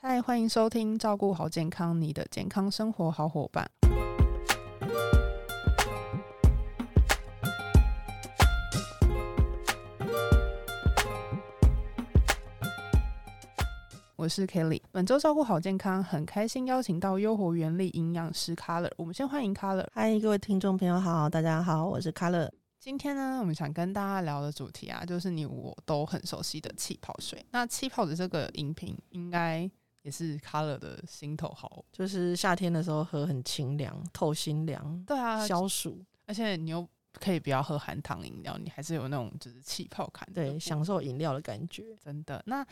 嗨，欢迎收听《照顾好健康》，你的健康生活好伙伴。我是 Kelly，本周照顾好健康，很开心邀请到优活原力营养师 Color，我们先欢迎 Color。嗨，各位听众朋友好，大家好，我是卡乐。今天呢，我们想跟大家聊的主题啊，就是你我都很熟悉的气泡水。那气泡的这个饮品，应该也是 Color 的心头好。就是夏天的时候喝很清凉，透心凉，对啊，消暑，而且你又可以不要喝含糖饮料，你还是有那种就是气泡感的部对，分。享受饮料的感觉。真的。那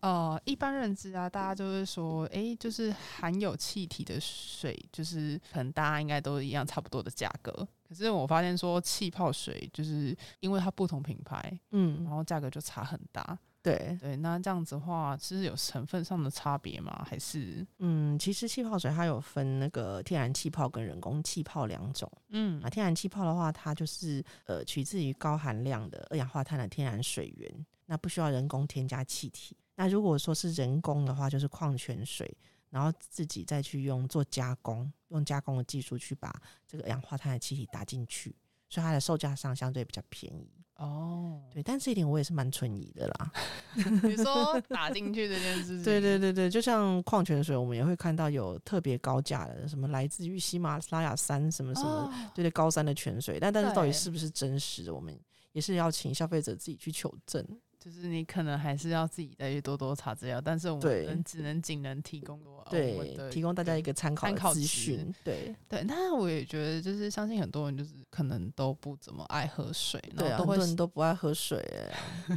呃，一般认知啊，大家就是说，诶，就是含有气体的水，就是可能大家应该都一样，差不多的价格。可是我发现说，气泡水就是因为它不同品牌，然嗯，后价格就差很大。对，对，那这样子的话，是有成分上的差别吗？还是嗯，其实气泡水它有分那个天然气泡跟人工气泡两种。嗯啊，天然气泡的话，它就是呃取自于高含量的二氧化碳的天然水源，那不需要人工添加气体。那如果说是人工的话，就是矿泉水，然后自己再去用做加工，用加工的技术去把这个二氧化碳的气体打进去，所以它的售价上相对比较便宜。哦，对，但这一点我也是蛮存疑的啦。你说打进去这件 事情，对对对对，就像矿泉水，我们也会看到有特别高价的，什么来自于喜马拉雅山什么什么的哦对对高山的泉水，但但是到对底是不是真实的，我们也是要请消费者自己去求证。就是你可能还是要自己再去多多查资料，但是我们对能只能仅能提供我哦我们对，的提供大家一个参考参考的资值讯。对对。那我也觉得，就是相信很多人就是可能都不怎么爱喝水，对然啊，后都很会多人都不爱喝水、欸，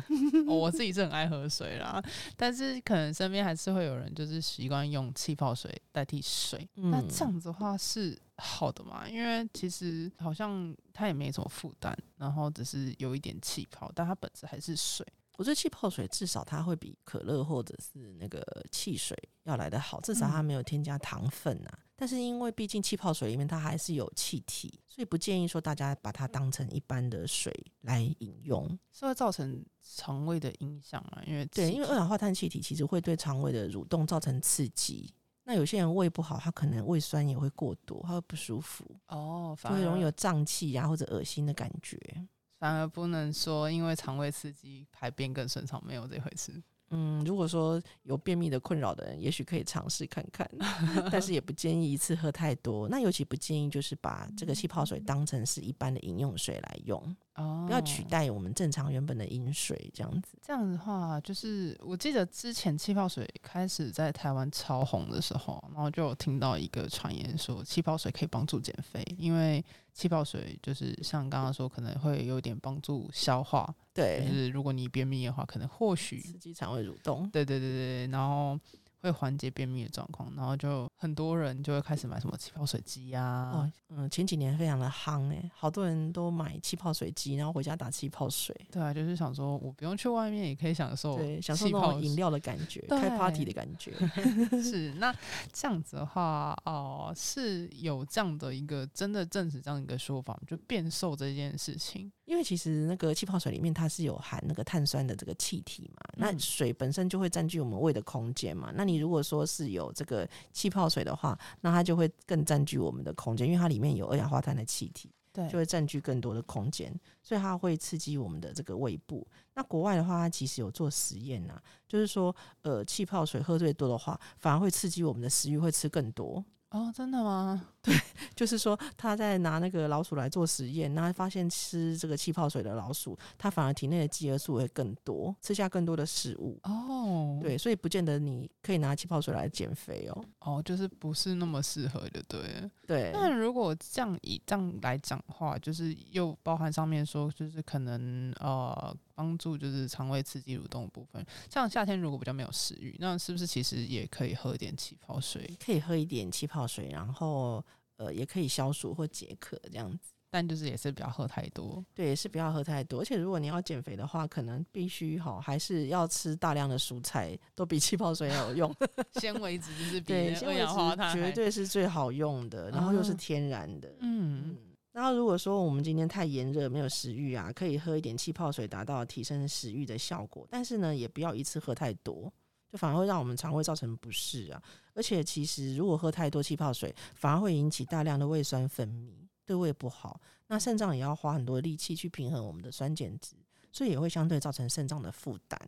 哦我自己是很爱喝水啦，但是可能身边还是会有人就是习惯用气泡水代替水。嗯那这样子的话是好的嘛？因为其实好像它也没什么负担，然后只是有一点气泡，但它本质还是水。我觉得气泡水至少它会比可乐或者是那个汽水要来得好，至嗯少它没有添加糖分啊。但是因为毕竟气泡水里面它还是有气体，所以不建议说大家把它当成一般的水来饮用。是会造成肠胃的影响嘛？因为对，气因为二氧化碳气体其实会对肠胃的蠕动造成刺激。那有些人胃不好，他可能胃酸也会过多，他会不舒服，哦，就反会而容易有胀气啊呀、或者恶心的感觉。反而不能说因为肠胃刺激排便更顺畅，没有这回事。嗯，如果说有便秘的困扰的人，也许可以尝试看 看，但是也不建议一次喝太多。那尤其不建议就是把嗯这个气泡水当成是一般的饮用水来用，哦，不要取代我们正常原本的饮水这样子。这样子的话，就是我记得之前气泡水开始在台湾超红的时候，然后就有听到一个传言说气泡水可以帮助减肥，因为气泡水就是像刚刚说可能会有点帮助消化，就对，是如果你便秘的话，可能或许刺激肠胃蠕动。对对对对，对然后会缓解便秘的状况，然后就很多人就会开始买什么气泡水机啊呀、哦，嗯，前几年非常的夯哎、好多人都买气泡水机，然后回家打气泡水，对啊，就是想说我不用去外面也可以享受对，享受哦气那泡种饮料的感觉，对开 party 的感觉。是，那这样子的话，哦、是有这样的一个真的证实这样一个说法，就变瘦这件事情。因为其实那个气泡水里面它是有含那个碳酸的这个气体嘛，那嗯水本身就会占据我们胃的空间嘛。那你如果说是有这个气泡水的话，那它就会更占据我们的空间，因为它里面有二氧化碳的气体。对就会占据更多的空间，所以它会刺激我们的这个胃部。那国外的话，它其实有做实验呐、就是说，呃，气泡水喝最多的话，反而会刺激我们的食欲，会吃更多。哦，真的吗？就是说，他在拿那个老鼠来做实验，那发现吃这个气泡水的老鼠，它反而体内的饥饿素会更多，吃下更多的食物。哦，，对，所以不见得你可以拿气泡水来减肥哦。哦，就是不是那么适合的，对了。对，那如果这样以这样来讲的话，就是又包含上面说，就是可能呃帮助就是肠胃刺激蠕动的部分。像夏天如果比较没有食欲，那是不是其实也可以喝一点气泡水？可以喝一点气泡水，然后呃，也可以消暑或解渴这样子。但就是也是不要喝太多。对，是不要喝太多。而且如果你要减肥的话，可能必须哈，还是要吃大量的蔬菜，都比气泡水要有用。纤维质就是比对，那纤二维氧化质碳绝还对是最好用的，然后又是啊天然的。嗯，然后如果说我们今天太炎热没有食欲啊，可以喝一点气泡水，达到提升食欲的效果。但是呢，也不要一次喝太多，就反而会让我们肠胃造成不适啊。而且其实如果喝太多气泡水，反而会引起大量的胃酸分泌，对胃不好。那肾脏也要花很多力气去平衡我们的酸碱值，所以也会相对造成肾脏的负担。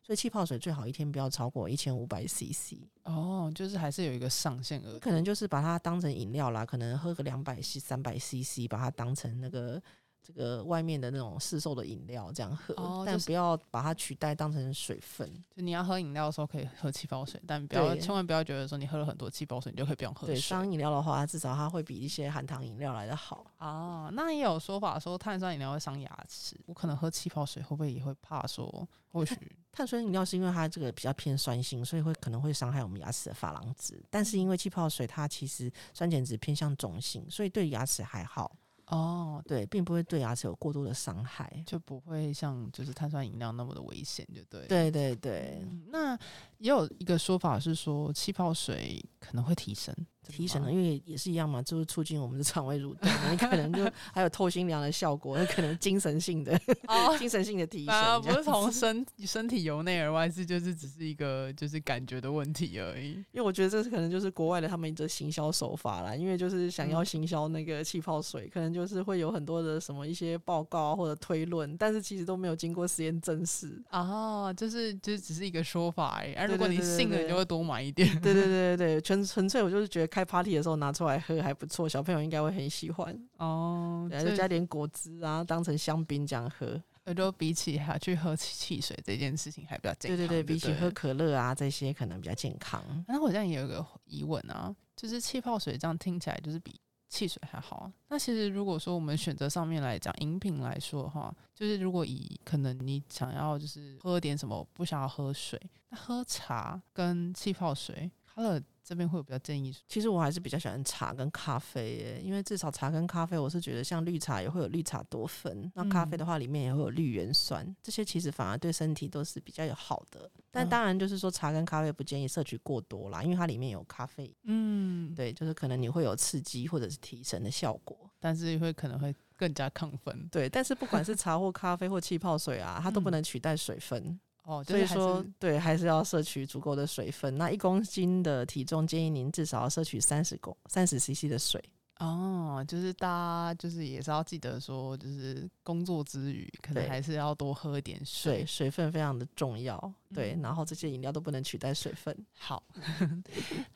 所以气泡水最好一天不要超过一千五百 CC，哦，就是还是有一个上限额。可能就是把它当成饮料啦，可能喝个两百 C、三百 CC，把它当成那个这个外面的那种市售的饮料这样喝，哦但就是不要把它取代当成水分。就你要喝饮料的时候可以喝气泡水，但不要对千万不要觉得说你喝了很多气泡水，你就可以不用喝对，水。商饮料的话，至少它会比一些含糖饮料来的好。哦，那也有说法说碳酸饮料会伤牙齿，我可能喝气泡水会不会也会怕说，或许碳酸饮料是因为它这个比较偏酸性，所以会可能会伤害我们牙齿的珐琅质。但是因为气泡水它其实酸碱值偏向中性，所以对牙齿还好， 哦对，并不会对牙齿有过多的伤害。就不会像就是碳酸饮料那么的危险，就对。对对对，嗯，那也有一个说法是说气泡水可能会提神，真的提神啊吗了，因为也是一样嘛，就是促进我们的肠胃 蠕动，你可能就还有透心凉的效果，有可能精神性的、 哦。精神性的提啊，神。不是，从身 身体由内而外，是就是只是一个就是感觉的问题而已。因为我觉得这是可能就是国外的他们一个行销手法啦，因为就是想嗯要行销那个气泡水，可能就是会有很多的什么一些报告啊或者推论，但是其实都没有经过实验 证实。 哦，就是就是只是一个说法而已。而、对如果对你对对信了，对你就会多买一点。对对对对对，纯纯粹我就是觉得开 party 的时候拿出来喝还不错，小朋友应该会很喜欢， 哦，然后就这加点果汁啊，当成香槟这样喝。呃，就比起还去喝汽汽水这件事情还比较健对康。对对，对，比起喝。可乐啊这些可能比较健康。那我这样也有一个疑问啊，就是气泡水这样听起来就是比汽水还好啊。那其实如果说我们选择上面来讲，饮品来说的话，就是如果以可能你想要就是喝点什么，不想要喝水，那喝茶跟气泡水，他的这边会有比较建议说其实我还是比较喜欢茶跟咖啡耶，因为至少茶跟咖啡，我是觉得像绿茶也会有绿茶多酚，那咖嗯啡的话里面也会有绿原酸，这些其实反而对身体都是比较有好的。但嗯当然就是说茶跟咖啡不建议摄取过多啦，因为它里面有咖啡因，嗯，对，就是可能你会有刺激或者是提神的效果。但是会可能会更加亢奋对，但是不管是茶或咖啡或气泡水啊，它都嗯不能取代水分。哦。就所以是还是说，对，还是要摄取足够的水分。那一公斤的体重，建议您至少要摄取三十公三十 CC 的水。哦，就是大家就是也是要记得说，就是工作之余，可能对还是要多喝一点水水。水分非常的重要，对，嗯然后这些饮料都不能取代水分。好，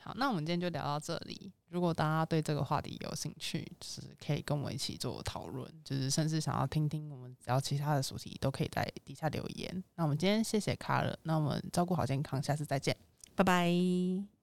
好，那我们今天就聊到这里。如果大家对这个话题有兴趣，就是可以跟我一起做讨论，就是甚至想要听听我们聊其他的主题，都可以在底下留言。那我们今天谢谢卡尔，那我们照顾好健康，下次再见。拜拜。